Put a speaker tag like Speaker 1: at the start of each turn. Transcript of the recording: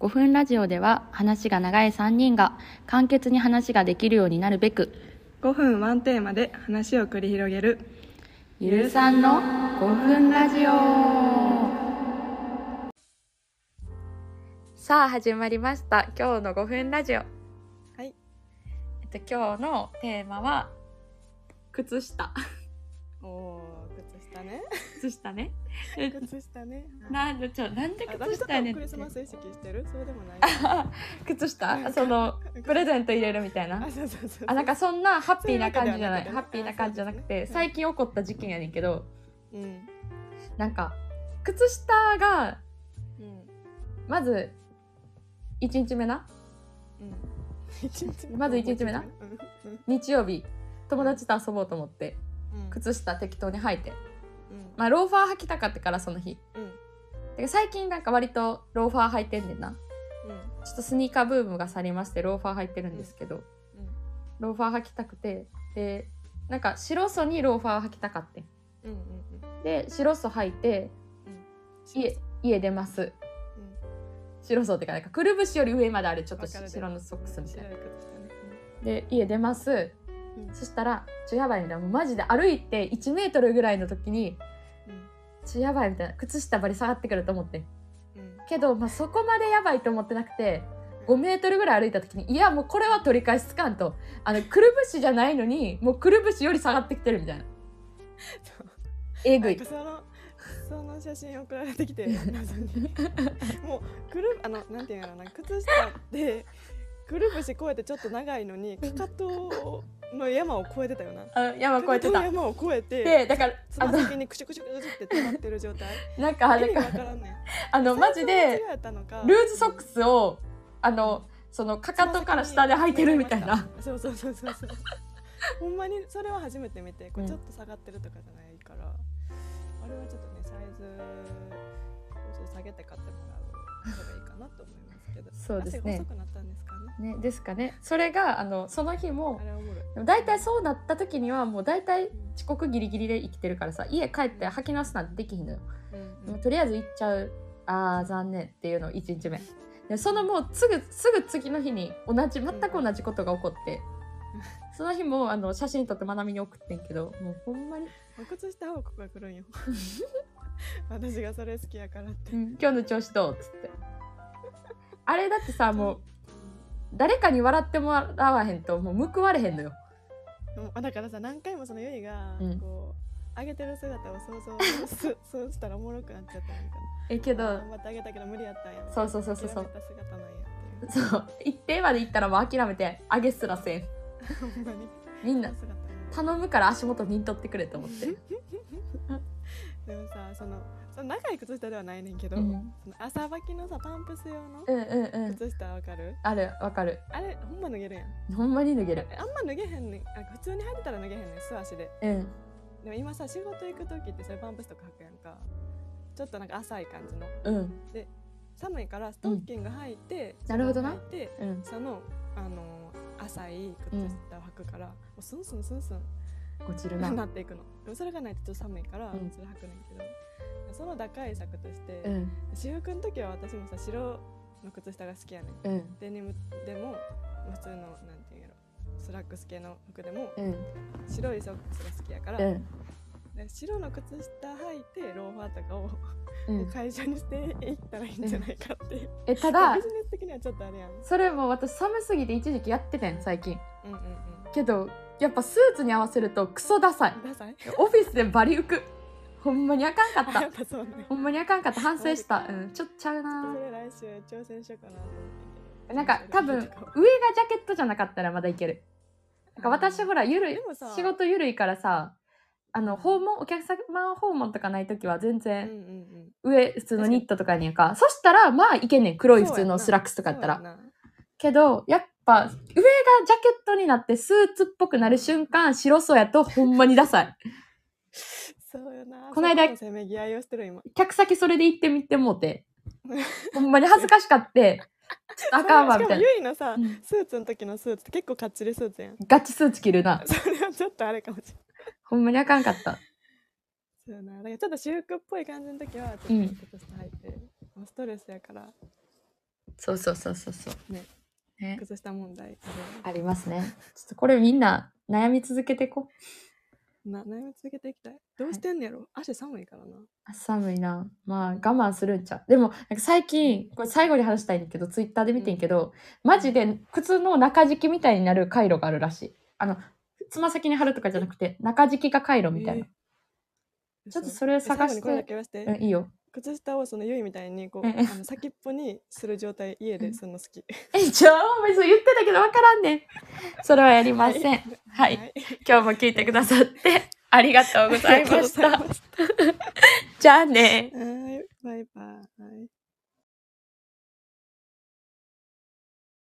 Speaker 1: 5分ラジオでは話が長い3人が簡潔に話ができるようになるべく
Speaker 2: 5分ワンテーマで話を繰り広げる
Speaker 1: ゆるさんの5分ラジオさあ始まりました今日の5分ラジオ
Speaker 2: はい
Speaker 1: えっと今日のテーマは靴下
Speaker 2: おお靴下 ね
Speaker 1: 靴下ね
Speaker 2: 靴下ね
Speaker 1: なんでちょなんで
Speaker 2: あ
Speaker 1: 靴下やねん
Speaker 2: クリスマス意識してるそうでもない
Speaker 1: 靴下そのプレゼント入れるみたいな
Speaker 2: あそうそうそう
Speaker 1: あなんかそんなハッピーな感じじゃない
Speaker 2: そういう
Speaker 1: ハッ
Speaker 2: わけ
Speaker 1: ピー
Speaker 2: では
Speaker 1: な
Speaker 2: なくてね
Speaker 1: 感じじゃなくて
Speaker 2: あそうですね
Speaker 1: 最近起こった事件やねんけど
Speaker 2: うん
Speaker 1: なんか靴下が
Speaker 2: うん
Speaker 1: まず1日目な
Speaker 2: うん
Speaker 1: まず一日目な
Speaker 2: うんうん
Speaker 1: 日曜日友達と遊ぼうと思って
Speaker 2: うん
Speaker 1: 靴下適当に履いて
Speaker 2: うん
Speaker 1: まあローファー履きたかったからその日
Speaker 2: うん
Speaker 1: てか最近なんか割とローファー履いてんねんな
Speaker 2: うん
Speaker 1: ちょっとスニーカーブームが去りましてローファー履いてるんですけどローファー履きたくてでなんか白素にローファー履きたかってん
Speaker 2: うんうんうんうん
Speaker 1: で白素履いて家家出ます
Speaker 2: うん
Speaker 1: 白そうってかなんかくるぶしより上まであるちょっと
Speaker 2: わかるで
Speaker 1: 白のソックスみたいな
Speaker 2: 白い靴下ね
Speaker 1: で家出ます、
Speaker 2: うん
Speaker 1: そしたらちょやばいみたいなもうマジで歩いて1メートルぐらいの時に
Speaker 2: うん
Speaker 1: ちょやばいみたいな靴下ばり下がってくると思ってん
Speaker 2: うん
Speaker 1: けど、まあ、そこまでやばいと思ってなくて5メートルぐらい歩いた時にいやもうこれは取り返しつかんとあのくるぶしじゃないのにもうくるぶしより下がってきてる みたいな
Speaker 2: そう
Speaker 1: えぐ
Speaker 2: なん
Speaker 1: い
Speaker 2: かそのその写真送られてき て謎にもうくるあのなんていうのかな靴下ってくるぶし越えてちょっと長いのにかかとの山を越えてたよな
Speaker 1: あの山越えて
Speaker 2: かかとの
Speaker 1: た
Speaker 2: 山を越えて
Speaker 1: でだから
Speaker 2: つ
Speaker 1: あ
Speaker 2: ま
Speaker 1: の
Speaker 2: 先にクシュクシュクシュって止まってる状態
Speaker 1: なんかあ
Speaker 2: 意
Speaker 1: れ
Speaker 2: 味
Speaker 1: か
Speaker 2: わからんねん
Speaker 1: あのマジで
Speaker 2: 最初間違えたのか
Speaker 1: ルーズソックスをあのそのかかとから下で履いてるみたいな
Speaker 2: そうそうそうそうそうほんまにそれは初めて見て
Speaker 1: う
Speaker 2: こうんちょっと下がってるとかじゃないから、あれはちょっとねサイズをちょっと下げて買ってもらう方がいいかなと思いますけど
Speaker 1: そうですね
Speaker 2: 足が細くなったんですかね
Speaker 1: ねですかねそれがあのその日も
Speaker 2: あれはおもろい
Speaker 1: でも大体そうなった時にはもう大体遅刻ギリギリで生きてるからさ家帰って履き直すなんてできひんのよ、
Speaker 2: うんう
Speaker 1: もう
Speaker 2: ん
Speaker 1: とりあえず行っちゃうあー残念っていうの1日目でそのもうすぐすぐ次の日に同じ全く同じことが起こって、その日もあの写真撮ってまなみに送ってんけどもうほんまに、
Speaker 2: お靴下報告が来るんよ 私がそれ好きやからって、
Speaker 1: うん今日の調子どう?」っつってあれだってさもう
Speaker 2: う
Speaker 1: 誰かに笑ってもらわへんともう報われへんのよ
Speaker 2: んもうだからさ何回もそのゆいが
Speaker 1: うん
Speaker 2: こう、上げてる姿を想像す そうしたらおもろくなっちゃったんやから
Speaker 1: えけど
Speaker 2: 頑張ってあげたけど無理やったんや
Speaker 1: そうそうそうそうそう
Speaker 2: 諦めた姿なんやっていう
Speaker 1: そう一定まで行ったらもう諦めてあげすらせん
Speaker 2: ほんまに
Speaker 1: みんな
Speaker 2: その姿
Speaker 1: 頼むから足元見んとってくれと思って、
Speaker 2: でもさそのその長い靴下ではないねんけど、
Speaker 1: うん、
Speaker 2: その朝履きのさパンプス用の
Speaker 1: うんうんうん
Speaker 2: 靴下わかる、
Speaker 1: あるわかる
Speaker 2: あれほんま脱げるやん
Speaker 1: ほんまに脱げる
Speaker 2: あんま脱げへんねんあ普通に履いてたら脱げへんねん素足で
Speaker 1: うん
Speaker 2: でも今さ仕事行く時ってそれパンプスとか履くやんかちょっとなんか浅い感じの
Speaker 1: うん
Speaker 2: 寒いからストッキング履いて、
Speaker 1: んなるほどな
Speaker 2: 履いて
Speaker 1: うん
Speaker 2: そのあの浅い靴下を履くから、もうスンスンスンスン
Speaker 1: 落ちるな
Speaker 2: なっていくのでもそれがないとちょっと寒いから
Speaker 1: うん
Speaker 2: それ履くねんけど、その打開策として、
Speaker 1: うん
Speaker 2: 私服の時は私もさ白の靴下が好きやねん
Speaker 1: うん
Speaker 2: デニムでも普通のなんていうんやろスラックス系の服でも
Speaker 1: うん
Speaker 2: 白いソックスが好きやから、
Speaker 1: うん
Speaker 2: で白の靴下履いてローファーとかを
Speaker 1: うん
Speaker 2: 会社にしていったらいいんじゃないかっていう、
Speaker 1: えただ
Speaker 2: ビジネス的にはちょっとあれやん
Speaker 1: それも私寒すぎて一時期やっててん最近
Speaker 2: うんうん
Speaker 1: けどやっぱスーツに合わせるとクソダサい
Speaker 2: うんダサい
Speaker 1: オフィスでバリ浮くほんまにあかんかっ
Speaker 2: あや
Speaker 1: た
Speaker 2: っぱそうね
Speaker 1: ほんまにあかんかった反省したうんちょっとちゃうな
Speaker 2: それ来週挑戦しようかなと思って
Speaker 1: なんか多分上がジャケットじゃなかったらまだいける。なんか私ほらゆるい
Speaker 2: でもさ
Speaker 1: 仕事ゆるいからさあの訪問お客様訪問とかない時は全
Speaker 2: うんう
Speaker 1: 然
Speaker 2: んうん
Speaker 1: 上普通のニットとかにやんかそしたらまあいけんねん黒い普
Speaker 2: そう
Speaker 1: 通
Speaker 2: や
Speaker 1: の
Speaker 2: な
Speaker 1: スラックスとかやった
Speaker 2: そう
Speaker 1: ら。
Speaker 2: やな
Speaker 1: けどやっぱ上がジャケットになってスーツっぽくなる瞬間白そうやとほんまにダサ い。
Speaker 2: そうよな。
Speaker 1: この間
Speaker 2: そせめぎ合いをしてる今。
Speaker 1: 客先それで行ってみてもう てほんまに恥ずかしかってちょっとあかんわ
Speaker 2: そ
Speaker 1: み
Speaker 2: れ
Speaker 1: た
Speaker 2: しか
Speaker 1: いな。
Speaker 2: もゆいのさ
Speaker 1: う、ん
Speaker 2: スーツの時のスーツって結構かっちりスーツやん。
Speaker 1: ガチスーツ着るな。
Speaker 2: それはちょっとあれかもしれない。
Speaker 1: ほんまにあかんかった。
Speaker 2: そうよな。だからちょっと私服っぽい感じの時は、ち
Speaker 1: う
Speaker 2: ょ
Speaker 1: ん
Speaker 2: っと靴下履いて、もうストレスやから、
Speaker 1: そうそうそうそうそう。
Speaker 2: ね
Speaker 1: ね
Speaker 2: 靴下問題あるよね
Speaker 1: ありますね。ちょっとこれみんな悩み続けてこ。
Speaker 2: な悩み続けていきたいどうしてんねやろ、足寒いからな
Speaker 1: あ寒いな。まあ我慢するんちゃう。でもなんか最近、これ最後に話したいんだけど、ツイッターで見てんけど、マジで靴の中敷きみたいになる回路があるらしい。あの、つま先に貼るとかじゃなくて、中敷きが回路みたいな。ちょっとそれを探して
Speaker 2: 最後にこれだけ言わせて、
Speaker 1: うん、いいよ。
Speaker 2: 靴下をそのゆいみたいにこう
Speaker 1: うんうん
Speaker 2: あの先っぽにする状態家でその好き
Speaker 1: え、ちょ、お前そう言ってたけどわからんねん。それはやりません。はい。
Speaker 2: い
Speaker 1: 今日も聞いてくださって、ありがとうございまし
Speaker 2: ありが
Speaker 1: た
Speaker 2: とうござい。まし
Speaker 1: じゃあね。
Speaker 2: たはいバイバイ